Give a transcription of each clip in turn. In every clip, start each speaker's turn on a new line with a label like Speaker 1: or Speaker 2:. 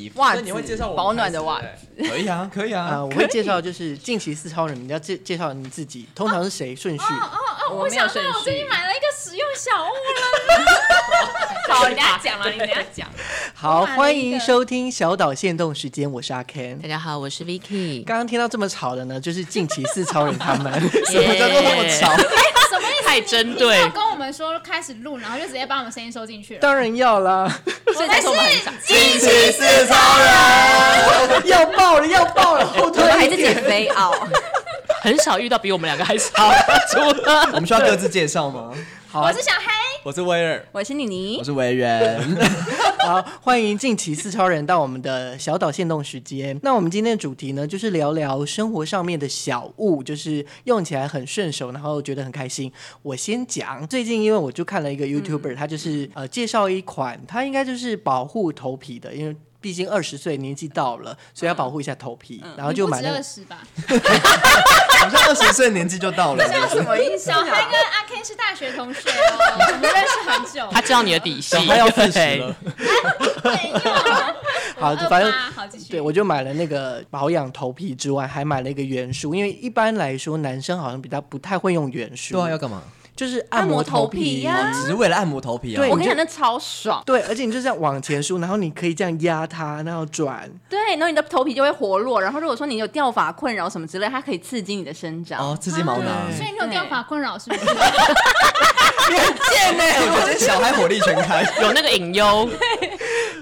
Speaker 1: 衣服。
Speaker 2: 袜
Speaker 3: 那你会
Speaker 2: 子
Speaker 3: 介绍我们
Speaker 2: 保暖
Speaker 3: 牌
Speaker 2: 的
Speaker 3: 子
Speaker 2: 袜
Speaker 3: 对不
Speaker 2: 子
Speaker 1: 可以啊，可以
Speaker 4: 啊、
Speaker 1: 啊。
Speaker 4: 我会介绍就是近期四超人，你要介介绍你自己，通常是谁顺序？
Speaker 5: 哦，
Speaker 2: 我
Speaker 5: 我
Speaker 2: 没
Speaker 5: 想
Speaker 2: 有顺
Speaker 5: 到我最
Speaker 2: 序
Speaker 5: 近买了一个实用小物了。
Speaker 2: 好
Speaker 5: 好，你等下讲了，你等下讲。
Speaker 4: 好，
Speaker 5: 我买了
Speaker 4: 欢
Speaker 5: 一
Speaker 4: 迎
Speaker 5: 个
Speaker 4: 收听小岛限动时间，我是阿 Ken。
Speaker 2: 大家好，我是 Vicky。
Speaker 4: 刚刚听到这么吵的呢，就是近期四超人他们，什么叫做那么吵？
Speaker 5: 什么意思？
Speaker 2: 太针对
Speaker 5: 你没有跟我们说开始录，然后就直接把我们声音收进去了。
Speaker 4: 当然要啦，
Speaker 2: 所以才说我们很少，
Speaker 1: 近期是超人，
Speaker 4: 要爆了，要爆了，后退
Speaker 6: 我们还
Speaker 4: 一
Speaker 6: 在
Speaker 4: 点。
Speaker 6: 减肥哦，
Speaker 2: 很少遇到比我们两个还少除了
Speaker 1: 我们需要各自介绍吗？
Speaker 4: 好
Speaker 5: 我是小黑，
Speaker 1: 我是威尔，
Speaker 6: 我是妮妮
Speaker 1: 我，是维 人。
Speaker 4: 好，欢迎近期四超人到我们的小岛限动时间。那我们今天的主题呢，就是聊聊生活上面的小物，就是用起来很顺手，然后觉得很开心。我先讲，最近因为我就看
Speaker 6: 嗯
Speaker 4: 了一个 YouTuber，、他就是呃介绍一款，他应该就是保护头皮的，因为。毕竟二十岁年纪到了，所以要保护一下头皮，
Speaker 6: 嗯
Speaker 4: 然后就买那
Speaker 5: 二
Speaker 4: 个。
Speaker 5: 十吧。
Speaker 1: 好像二十岁年纪就到了，
Speaker 6: 这什么意思啊
Speaker 5: 小黑跟阿 Ken 是大学同学哦，我们认识很久。
Speaker 2: 他知道你的底细，
Speaker 1: 小孩要四十了，
Speaker 5: 没有，
Speaker 4: 好，
Speaker 5: 二
Speaker 4: 反正
Speaker 5: 八好继续。
Speaker 4: 对，我就买了那个保养头皮之外，还买了一个圆梳，因为一般来说男生好像比较不太会用圆梳，
Speaker 1: 对啊，要干嘛？
Speaker 4: 就是
Speaker 6: 按
Speaker 4: 摩
Speaker 6: 摩头
Speaker 4: 皮
Speaker 6: 皮呀
Speaker 1: 只是为了按摩头皮啊。
Speaker 4: 对
Speaker 6: 我跟你讲，那超爽，
Speaker 4: 对，而且你就这样往前梳，然后你可以这样压它，然后转。
Speaker 6: 对，然后你的头皮就会活络，然后如果说你有掉发困扰什么之类，它可以刺激你的生长。
Speaker 1: 哦，刺激
Speaker 2: 啊
Speaker 1: 毛囊。
Speaker 5: 嗯所以你有掉发困扰是不是？
Speaker 4: 贱呢、
Speaker 1: 哎，我觉得小孩火力全开。
Speaker 2: 有那个隐忧，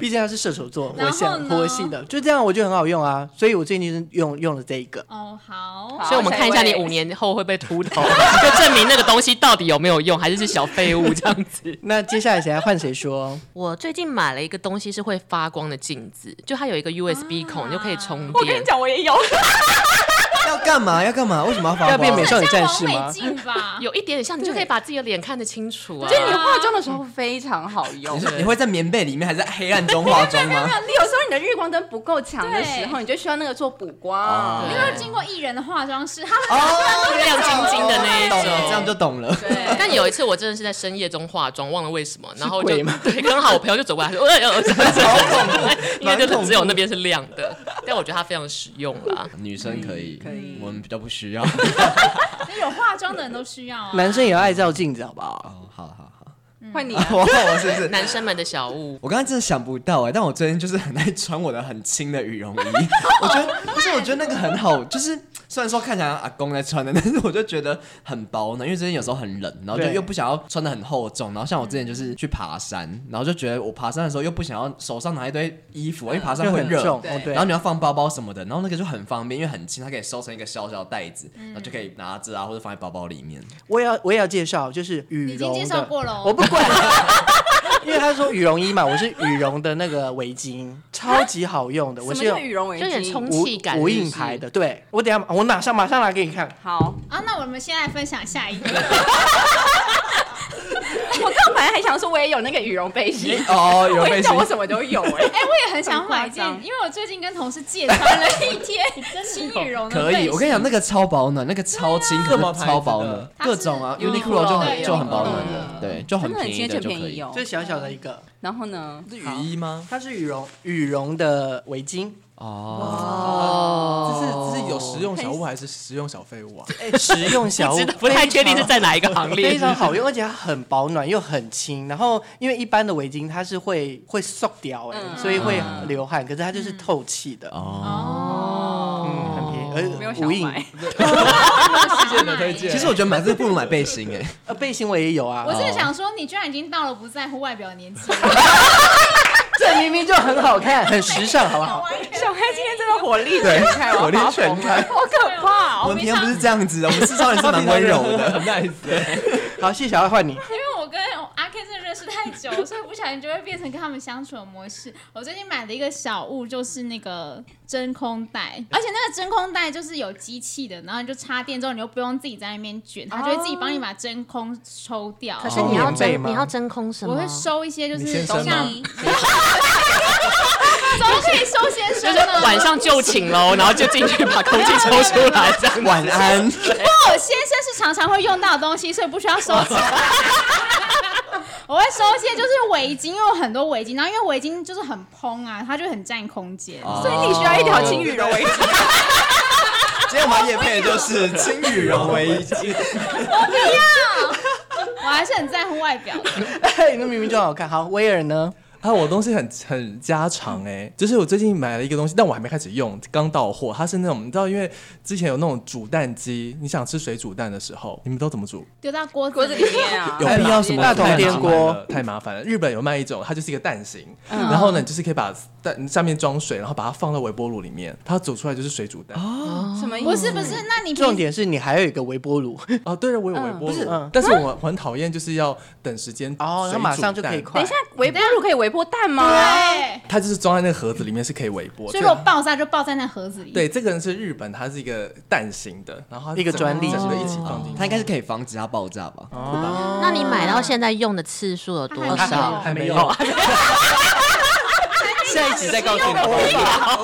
Speaker 4: 毕竟他是射手座，
Speaker 5: 然
Speaker 4: 活
Speaker 5: 后
Speaker 4: 性
Speaker 5: 呢
Speaker 4: 活性的，就这样我觉得很好用啊。所以我最近是用用了这一个。
Speaker 5: 哦，好。
Speaker 2: 所以我们看一下你
Speaker 6: 下一位
Speaker 2: 五年后会不会秃头，就证明那个东西到底有没有用，还是是小废物这样子。
Speaker 4: 那接下来谁来换谁说？
Speaker 2: 我最近买了一个东西是会发光的镜子，就它有一个 USB 孔，你就可以充
Speaker 6: 我跟
Speaker 2: 电
Speaker 6: 你。讲，我也有，
Speaker 1: 要干嘛？要干嘛？为什么要发
Speaker 4: 要变美
Speaker 1: 光？
Speaker 4: 少女
Speaker 5: 像
Speaker 4: 战
Speaker 5: 王
Speaker 4: 士吗
Speaker 5: 美？静吧？
Speaker 2: 有一点点像，你就可以把自己的脸看得清楚啊
Speaker 6: 就。你化妆的时候非常好用
Speaker 2: 哦
Speaker 6: 啊
Speaker 1: 你。是你会在棉被里面还是在黑暗中化妆吗？
Speaker 6: 你有时候你的日光灯不够强的
Speaker 5: 对
Speaker 6: 时候，你就需要那个做补
Speaker 1: 哦
Speaker 6: 光。
Speaker 5: 你有没有经过艺人的化妆室？他们
Speaker 1: 哦，
Speaker 2: 亮晶晶的那一种
Speaker 1: 懂了，这样就懂了。
Speaker 6: 对，
Speaker 2: 但有一次我真的是在深夜中化妆，忘了为什么，然后就
Speaker 4: 鬼吗
Speaker 2: 对，刚好我朋友就走过来说：“哎呦，哎呦
Speaker 1: 好恐怖，
Speaker 2: 因为
Speaker 1: 蛮
Speaker 2: 就
Speaker 1: 恐
Speaker 2: 只有
Speaker 1: 怖
Speaker 2: 那边是亮的。”但我觉得它非常实用啦。
Speaker 1: 女生可
Speaker 2: 嗯
Speaker 1: 以，
Speaker 4: 可以
Speaker 1: 我们比较不需要。
Speaker 5: 有化妆的人都需要啊。
Speaker 4: 男生也要爱照镜子，好不好？
Speaker 1: 哦， 好好好，
Speaker 6: 换你啊。
Speaker 1: 我我是不是？
Speaker 2: 男生们的小物，
Speaker 1: 我刚刚真的想不到哎、但我最近就是很爱穿我的很轻的羽绒衣， 我觉得，不是我觉得那个很好，就是虽然说看起来阿公在穿的，但是我就觉得很保暖，因为最近有时候很冷，然后就
Speaker 4: 对
Speaker 1: 又不想要穿的很厚重，然后像我之前就是去爬山，
Speaker 4: 嗯
Speaker 1: 然后就觉得我爬山的时候又不想要手上拿一堆衣服，因为爬山
Speaker 4: 就
Speaker 1: 会
Speaker 4: 啊很
Speaker 1: 热，
Speaker 4: 重，
Speaker 6: 对
Speaker 4: 哦对
Speaker 1: 然后你要放包包什么的，然后那个就很方便，因为很轻，它可以收成一个小小的袋子，
Speaker 4: 嗯
Speaker 1: 然后就可以拿着啊，或者放在包包里面。
Speaker 4: 我也要我也要介绍，就是羽
Speaker 5: 已经
Speaker 4: 绒的，
Speaker 5: 介绍过了哦
Speaker 4: 我不管， 因为他说羽绒衣嘛，我是羽绒的那个围巾，超级好用的，我
Speaker 6: 什么
Speaker 4: 是
Speaker 6: 叫
Speaker 4: 用
Speaker 6: 羽绒围
Speaker 2: 就有点
Speaker 6: 巾？
Speaker 2: 充
Speaker 4: 无
Speaker 2: 气
Speaker 4: 无
Speaker 2: 感是不
Speaker 4: 印
Speaker 2: 是
Speaker 4: 牌的，对我等一下我马上马上拿给你看，
Speaker 6: 好，
Speaker 5: 啊，那我们先来分享下一个。
Speaker 6: 我刚刚本来还想说我也有那个羽绒背心，
Speaker 1: 哦，有
Speaker 6: 我
Speaker 1: 背
Speaker 6: 跟你
Speaker 1: 心
Speaker 6: 讲，，我什么都有哎。
Speaker 5: 哎、我也很想买一件
Speaker 6: 很夸，张
Speaker 5: 因为我最近跟同事借穿了一件轻羽绒的
Speaker 1: 可以，我跟你
Speaker 5: 你
Speaker 1: 讲，那个超保暖，那个超轻，可
Speaker 4: 什么
Speaker 1: 是
Speaker 4: 牌子的
Speaker 1: 超保暖，
Speaker 5: 它是
Speaker 1: 各种啊
Speaker 6: Uniqlo
Speaker 1: ，Uniqlo 就
Speaker 6: 对
Speaker 1: 很就很保暖的，
Speaker 6: Uniqlo
Speaker 1: 对，就很
Speaker 6: 真的很
Speaker 1: 便
Speaker 6: 轻，
Speaker 1: 宜
Speaker 6: 而且
Speaker 1: 的就可
Speaker 6: 便宜
Speaker 1: 以。
Speaker 6: 哦
Speaker 4: 这。小小的一个，
Speaker 6: 然后呢？
Speaker 1: 是雨衣吗？
Speaker 4: 它是羽绒羽绒的围巾，
Speaker 1: 哦，
Speaker 3: 这是这是有实用小物还是实用小废物啊？
Speaker 4: 哎， 实用小物
Speaker 2: 真的，不太确定是
Speaker 4: 非常
Speaker 2: 在哪一个行列。
Speaker 4: 非常好用，而且它很保暖又很轻。然后因为一般的围巾它是会会缩掉哎、
Speaker 6: 嗯
Speaker 4: 所以会
Speaker 1: 嗯
Speaker 4: 流汗，可是它就是透气的，
Speaker 5: 哦，
Speaker 4: 嗯，很便宜，
Speaker 6: 没有
Speaker 4: 而
Speaker 6: 想
Speaker 4: 无印
Speaker 6: 买。
Speaker 3: 谢谢你的推荐。
Speaker 1: 其实我觉得买这个不如买背心哎，
Speaker 4: 呃背心我也有啊
Speaker 5: 我，是想说，你居然已经到了不在乎外表的年纪了，
Speaker 4: 这明明就很好看，很时尚，好不好？
Speaker 6: 小黑今天真的火力
Speaker 1: 对
Speaker 6: 全开，我
Speaker 1: 火力
Speaker 6: 要发
Speaker 1: 全
Speaker 6: 疯了
Speaker 1: 开
Speaker 6: 好可怕
Speaker 1: 我
Speaker 6: 哦！
Speaker 1: 们平常不是这样子的，我们至少也是蛮温柔的。
Speaker 3: 很 nice。
Speaker 4: 好，谢谢小爱换你，
Speaker 5: 因为我跟阿 K 真的认识太久，所以不小心就会变成跟他们相处的模式。我最近买的一个小物就是那个真空 袋，而且那个真空袋就是有机器的，然后你就插电之后，你又不用自己在那边卷，它就会自己帮
Speaker 1: 哦
Speaker 5: 你把真空抽掉。
Speaker 2: 可
Speaker 4: 是你要真 你要
Speaker 2: 真空什
Speaker 5: 我会收一些，就
Speaker 3: 你
Speaker 5: 是
Speaker 3: 先
Speaker 5: 像
Speaker 3: 生吗
Speaker 5: 怎 么可以收先
Speaker 2: 就
Speaker 5: 生
Speaker 2: 是
Speaker 5: 呢？
Speaker 2: 晚上就寝喽，然后就进去把空气抽出来，这样子
Speaker 1: 晚安，
Speaker 5: 我先生是常常会用到的东西，所以不需要收起来。我会收一些就是围巾，因为有很多围巾，然后因为围巾就是很蓬啊，它就很占空间。
Speaker 3: 啊
Speaker 1: 哦
Speaker 6: 所以你需要一条轻羽绒围巾。
Speaker 1: 今天我们夜配的就是轻羽绒围巾，
Speaker 5: 我还是很在乎外表的，
Speaker 4: 那明明就好看。好，威尔呢？
Speaker 3: 啊，我的东西很很家常哎、就是我最近买了一个东西，但我还没开始用，刚到货。它是那种你知道，因为之前有那种煮蛋机，你想吃水煮蛋的时候，你们都怎么煮？
Speaker 5: 丢到锅
Speaker 6: 锅
Speaker 5: 子
Speaker 6: 子
Speaker 5: 里
Speaker 6: 里面啊，
Speaker 4: 有必要什么大
Speaker 3: 太
Speaker 4: 同电
Speaker 3: 麻烦
Speaker 4: 锅
Speaker 3: 了？太麻烦了。日本有卖一种，它就是一个蛋形，
Speaker 6: 嗯
Speaker 3: 然后呢，你就是可以把蛋下面装水，然后把它放到微波炉里面，它煮出来就是水煮蛋。哦，
Speaker 6: 什么意思？
Speaker 5: 不是不是，那你平
Speaker 4: 重点是你还有一个微波炉，
Speaker 3: 哦对了，我有微
Speaker 6: 嗯
Speaker 3: 波
Speaker 4: 是嗯
Speaker 3: 炉，但是我很讨厌就是要等时间
Speaker 4: 哦，它马上就可以
Speaker 3: 快。
Speaker 6: 等
Speaker 4: 快。
Speaker 6: 一下，微波炉可以微波蛋吗？
Speaker 5: 对，
Speaker 3: 它就是装在那个盒子里面是可以微波，
Speaker 5: 哎所以
Speaker 3: 这
Speaker 5: 如
Speaker 3: 个
Speaker 5: 果爆炸就爆在那盒子里。
Speaker 3: 对，这个人是日本，它是一个蛋形的，然后它
Speaker 4: 一个
Speaker 3: 整
Speaker 4: 专利
Speaker 3: 整个一起放进去。
Speaker 1: 它应该是可以防止它爆炸吧？
Speaker 7: 那你买到现在用的次数有多
Speaker 5: 还没有
Speaker 7: 少？
Speaker 3: 还
Speaker 4: 哦
Speaker 3: 没有，
Speaker 4: 下一集再告诉
Speaker 5: 哦
Speaker 4: 你。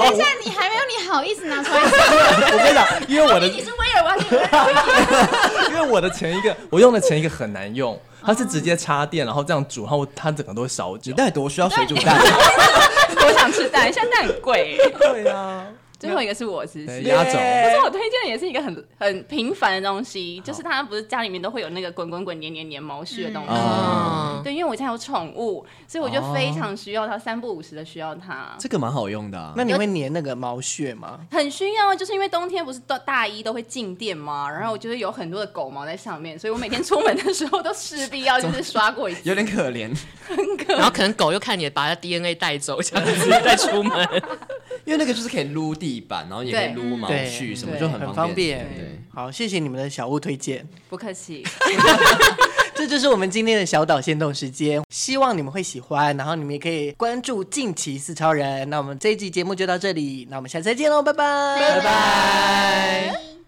Speaker 5: 等一下，你还没有你好意思拿出来说，
Speaker 3: 我跟你讲，因为我的
Speaker 5: 你是威尔，我要给你
Speaker 3: 因为我的前一个我用的前一个很难用，它是直接插电，然后这样煮，然后它整个都会烧
Speaker 1: 你
Speaker 3: 焦。
Speaker 1: 到底多需要水煮蛋？
Speaker 6: 我想吃蛋，现在蛋很贵。欸
Speaker 3: 对啊，
Speaker 6: 最后一个是我，是不
Speaker 3: 对
Speaker 6: 是？
Speaker 3: 压轴。
Speaker 6: 可是我推荐的也是一个很很平凡的东西，就是它不是家里面都会有那个滚滚滚、黏黏黏毛絮的东西。
Speaker 2: 嗯
Speaker 1: 哦
Speaker 6: 对，因为我家有宠物，所以我就非常需要它，三不五时的需要它。
Speaker 1: 这个蛮好用的啊。
Speaker 4: 那你会粘那个毛屑吗？
Speaker 6: 很需要，啊就是因为冬天不是都大衣都会静电嘛，然后我就是有很多的狗毛在上面，所以我每天出门的时候都势必要就是刷过一次。
Speaker 1: 有点可怜，
Speaker 2: 然后可能狗又看你把它 DNA 带走，这样子再出门。
Speaker 1: 因为那个就是可以撸地板，然后也可以撸毛
Speaker 4: 对
Speaker 1: 絮什么，
Speaker 6: 对
Speaker 1: 就
Speaker 4: 很
Speaker 1: 方
Speaker 4: 方便
Speaker 1: 对，
Speaker 4: 好，谢谢你们的小物推荐。
Speaker 6: 不客气，
Speaker 4: 这就是我们今天的小岛限动时间，希望你们会喜欢，然后你们也可以关注近期四超人。那我们这一集节目就到这里，那我们下次再见喽，拜拜，拜拜。